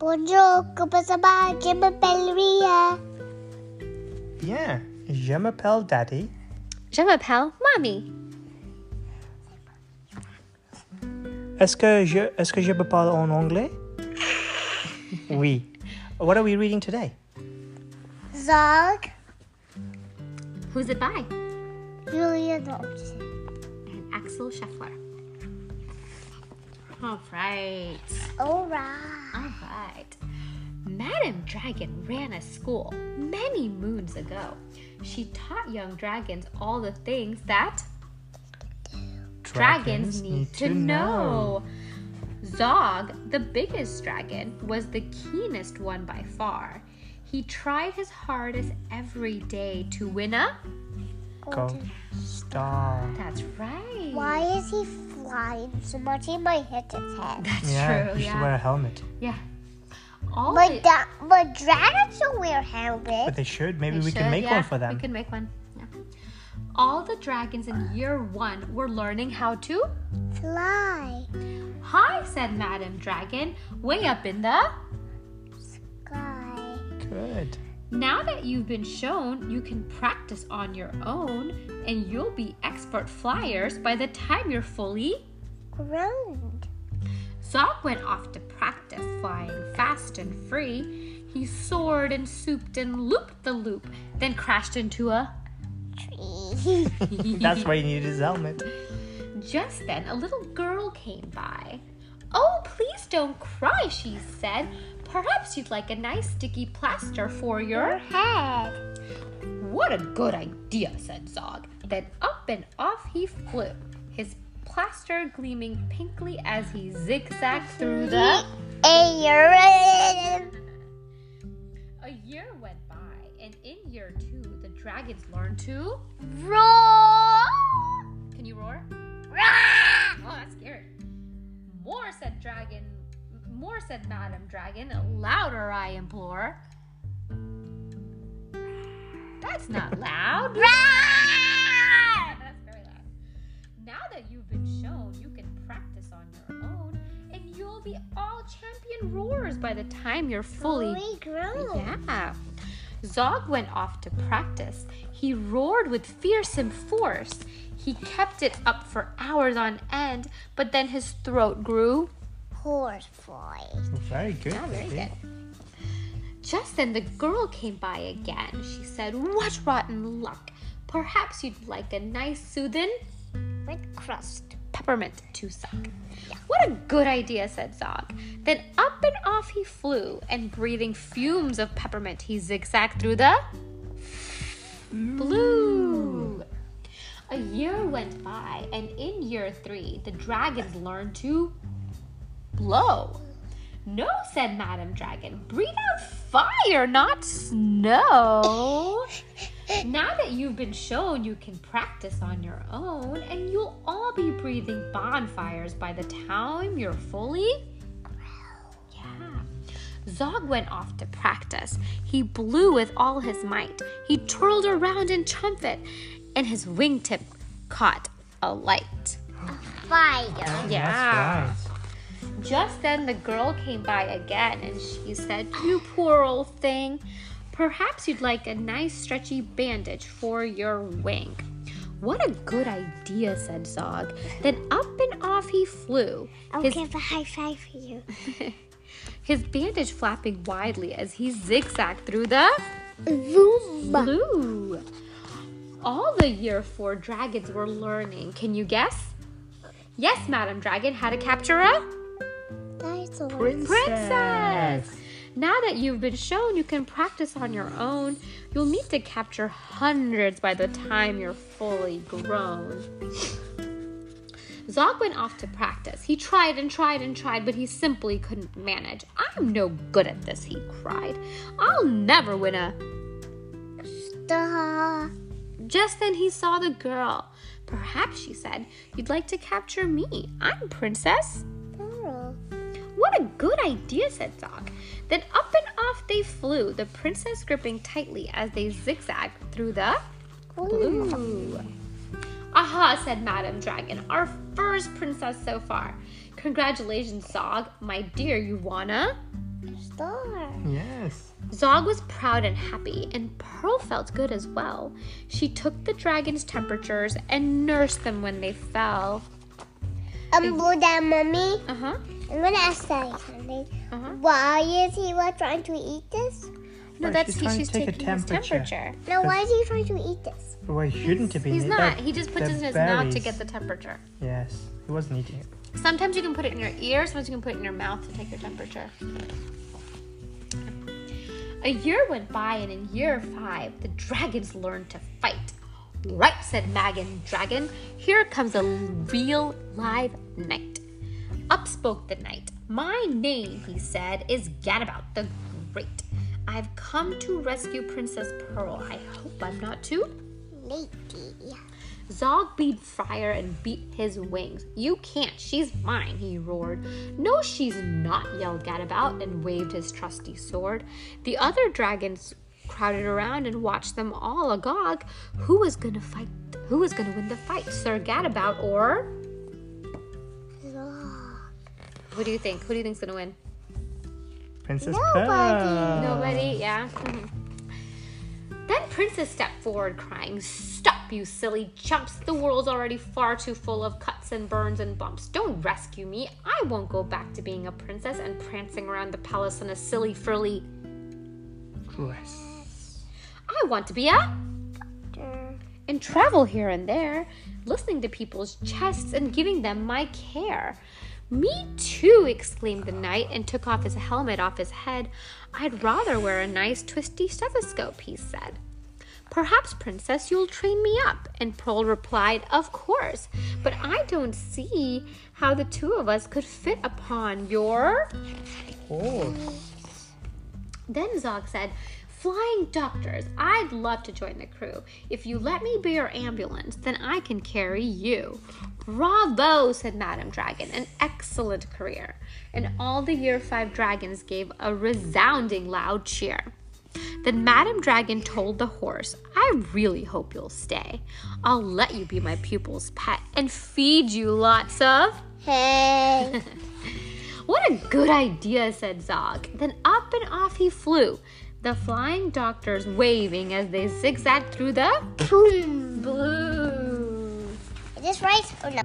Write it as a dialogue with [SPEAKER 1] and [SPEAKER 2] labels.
[SPEAKER 1] un gioco per salvare Gemma Belleria.
[SPEAKER 2] Yeah, je m'appelle Daddy.
[SPEAKER 3] Je m'appelle Mommy.
[SPEAKER 2] Est-ce que je, est-ce que je peux parler en anglais? oui. What are we reading today?
[SPEAKER 1] Zog,
[SPEAKER 3] Who's it by?
[SPEAKER 1] Julia Dobson.
[SPEAKER 3] And Axel Scheffler. All right.
[SPEAKER 1] All right.
[SPEAKER 3] All right. Madam Dragon ran a school many moons ago. She taught young dragons all the things that dragons need to know. Zog, the biggest dragon, was the keenest one by far. He tried his hardest every day to win a.
[SPEAKER 2] Go. Star.
[SPEAKER 3] That's right.
[SPEAKER 1] Why is he flying so much? He might hit his head.
[SPEAKER 3] That's
[SPEAKER 2] yeah,
[SPEAKER 3] true.
[SPEAKER 2] you should
[SPEAKER 3] Yeah.
[SPEAKER 2] wear a helmet.
[SPEAKER 3] yeah. All the-
[SPEAKER 1] But, da- but dragons don't wear
[SPEAKER 2] But
[SPEAKER 1] helmets.
[SPEAKER 2] they should. Maybe
[SPEAKER 3] They
[SPEAKER 2] we
[SPEAKER 3] should,
[SPEAKER 2] can make
[SPEAKER 3] yeah,
[SPEAKER 2] one for them.
[SPEAKER 3] We can make one. Yeah. All the dragons in year one were learning how to.
[SPEAKER 1] Fly.
[SPEAKER 3] Hi, said Madam Dragon, way up in the.
[SPEAKER 1] Guy.
[SPEAKER 2] Good.
[SPEAKER 3] Now that you've been shown, you can practice on your own, and you'll be expert flyers by the time you're fully.
[SPEAKER 1] Ground.
[SPEAKER 3] Zog went off to practice flying fast and free. He soared and souped and looped the loop, then crashed into a.
[SPEAKER 1] Tree.
[SPEAKER 2] That's why you need his helmet.
[SPEAKER 3] Just then, a little girl came by. Oh, please don't cry, she said. Perhaps you'd like a nice sticky plaster for your.
[SPEAKER 1] Head.
[SPEAKER 3] What a good idea, said Zog. Then up and off he flew, his plaster gleaming pinkly as he zigzagged through the.
[SPEAKER 1] Air.
[SPEAKER 3] A year went by, and in year two, the dragons learned to.
[SPEAKER 1] Roar.
[SPEAKER 3] Can you roar?
[SPEAKER 1] Rah!
[SPEAKER 3] Oh, that's scary. More, said Dragon. More, said Madam Dragon. Louder, I implore. That's not loud.
[SPEAKER 1] Rah!
[SPEAKER 3] That's very loud. Now that you've been shown, you can practice on your own, and you'll be all champion roars by the time you're fully.
[SPEAKER 1] Fully grown.
[SPEAKER 3] Yeah. Zog went off to practice. He roared with fearsome force. He kept it up for hours on end, but then his throat grew.
[SPEAKER 1] Horse boy.
[SPEAKER 2] Very good.
[SPEAKER 3] Oh, very
[SPEAKER 2] baby.
[SPEAKER 3] good. Just then, the girl came by again. She said, What rotten luck! Perhaps you'd like a nice, soothing
[SPEAKER 1] With crust.
[SPEAKER 3] peppermint to suck. What a good idea, said Zog. Then up and off he flew, and breathing fumes of peppermint, he zigzagged through the blue. A year went by, and in year three, the dragons learned to blow. No, said Madam Dragon, breathe out fire, not snow. Now that you've been shown you can practice on your own, and you'll all be breathing bonfires by the time you're fully. Yeah. Zog went off to practice. He blew with all his might. He twirled around and trumpet, and his wingtip caught a light.
[SPEAKER 1] Fire.
[SPEAKER 3] Yeah.
[SPEAKER 2] That's right.
[SPEAKER 3] Just then, the girl came by again and she said, You poor old thing. Perhaps you'd like a nice stretchy bandage for your wing. What a good idea, said Zog. Then up and off he flew,
[SPEAKER 1] I'll
[SPEAKER 3] his,
[SPEAKER 1] give a high five for you.
[SPEAKER 3] his bandage flapping widely as he zigzagged through the.
[SPEAKER 1] Vroom.
[SPEAKER 3] Blue. All the year four dragons were learning. Can you guess? Yes, Madam Dragon, how to capture a
[SPEAKER 1] Dinosaur.
[SPEAKER 2] Princess.
[SPEAKER 3] princess. Now that you've been shown you can practice on your own, you'll need to capture hundreds by the time you're fully grown. Zog went off to practice. He tried and tried and tried, but he simply couldn't manage. I'm no good at this, he cried. I'll never win a
[SPEAKER 1] Duh.
[SPEAKER 3] Just then he saw the girl. Perhaps, she said, you'd like to capture me. I'm Princess.
[SPEAKER 1] Pearl.
[SPEAKER 3] What a good idea, said Zog. Then up and off they flew, the princess gripping tightly as they zigzagged through the blue. Aha, said Madam Dragon, our first princess so far. Congratulations, Zog. My dear, you wanna?
[SPEAKER 1] Star.
[SPEAKER 2] Yes.
[SPEAKER 3] Zog was proud and happy, and Pearl felt good as well. She took the dragons' temperatures and nursed them when they fell.
[SPEAKER 1] Um, Buddha, mommy,
[SPEAKER 3] Uh huh.
[SPEAKER 1] I'm gonna ask Daddy something.
[SPEAKER 3] Uh huh.
[SPEAKER 1] Why is he what, trying to eat this?
[SPEAKER 3] No,
[SPEAKER 2] Right,
[SPEAKER 3] that's
[SPEAKER 2] she's
[SPEAKER 3] he,
[SPEAKER 2] trying to
[SPEAKER 3] she's
[SPEAKER 2] take a
[SPEAKER 3] taking his
[SPEAKER 2] temperature.
[SPEAKER 3] temperature.
[SPEAKER 1] No, why is he trying to eat this?
[SPEAKER 2] Well, he shouldn't have been.
[SPEAKER 3] He's
[SPEAKER 2] eat-
[SPEAKER 3] not.
[SPEAKER 2] that-
[SPEAKER 3] He just puts
[SPEAKER 2] the
[SPEAKER 3] it in his mouth to
[SPEAKER 2] berries.
[SPEAKER 3] get the temperature.
[SPEAKER 2] Yes, he wasn't eating it.
[SPEAKER 3] Sometimes you can put it in your ear, sometimes you can put it in your mouth to take your temperature. A year went by, and in year five, the dragons learned to fight. Right, said Magan Dragon, here comes a real live knight. Up spoke the knight. My name, he said, is Gadabout the Great. I've come to rescue Princess Pearl. I hope I'm not too
[SPEAKER 1] Lady.
[SPEAKER 3] Zog beat Friar and beat his wings. You can't, she's mine, he roared. No, she's not, yelled Gadabout and waved his trusty sword. The other dragons crowded around and watched them all agog. Who was gonna fight? Who was gonna win the fight, Sir Gadabout or? Who do you think? Who do you think's gonna win?
[SPEAKER 2] Princess
[SPEAKER 1] Nobody.
[SPEAKER 2] Pearl.
[SPEAKER 3] Nobody, yeah. Mhm. Then Princess stepped forward, crying, Stop, you silly chumps! The world's already far too full of cuts and burns and bumps. Don't rescue me. I won't go back to being a princess and prancing around the palace in a silly frilly.
[SPEAKER 2] Dress.
[SPEAKER 3] I want to be a and travel here and there, listening to people's chests and giving them my care. Me too, exclaimed the knight and took off his helmet off his head. I'd rather wear a nice twisty stethoscope, he said. Perhaps, princess, you'll train me up. And Pearl replied, Of course, but I don't see how the two of us could fit upon your.
[SPEAKER 2] Oh,
[SPEAKER 3] Then Zog said, Flying doctors, I'd love to join the crew. If you let me be your ambulance, then I can carry you. Bravo, said Madame Dragon. An excellent career. And all the year five dragons gave a resounding loud cheer. Then Madame Dragon told the horse, I really hope you'll stay. I'll let you be my pupil's pet and feed you lots of.
[SPEAKER 1] Hey.
[SPEAKER 3] What a good idea, said Zog. Then up and off he flew, the flying doctors waving as they zigzagged through the
[SPEAKER 1] Boom.
[SPEAKER 3] blue.
[SPEAKER 1] Is this right or no?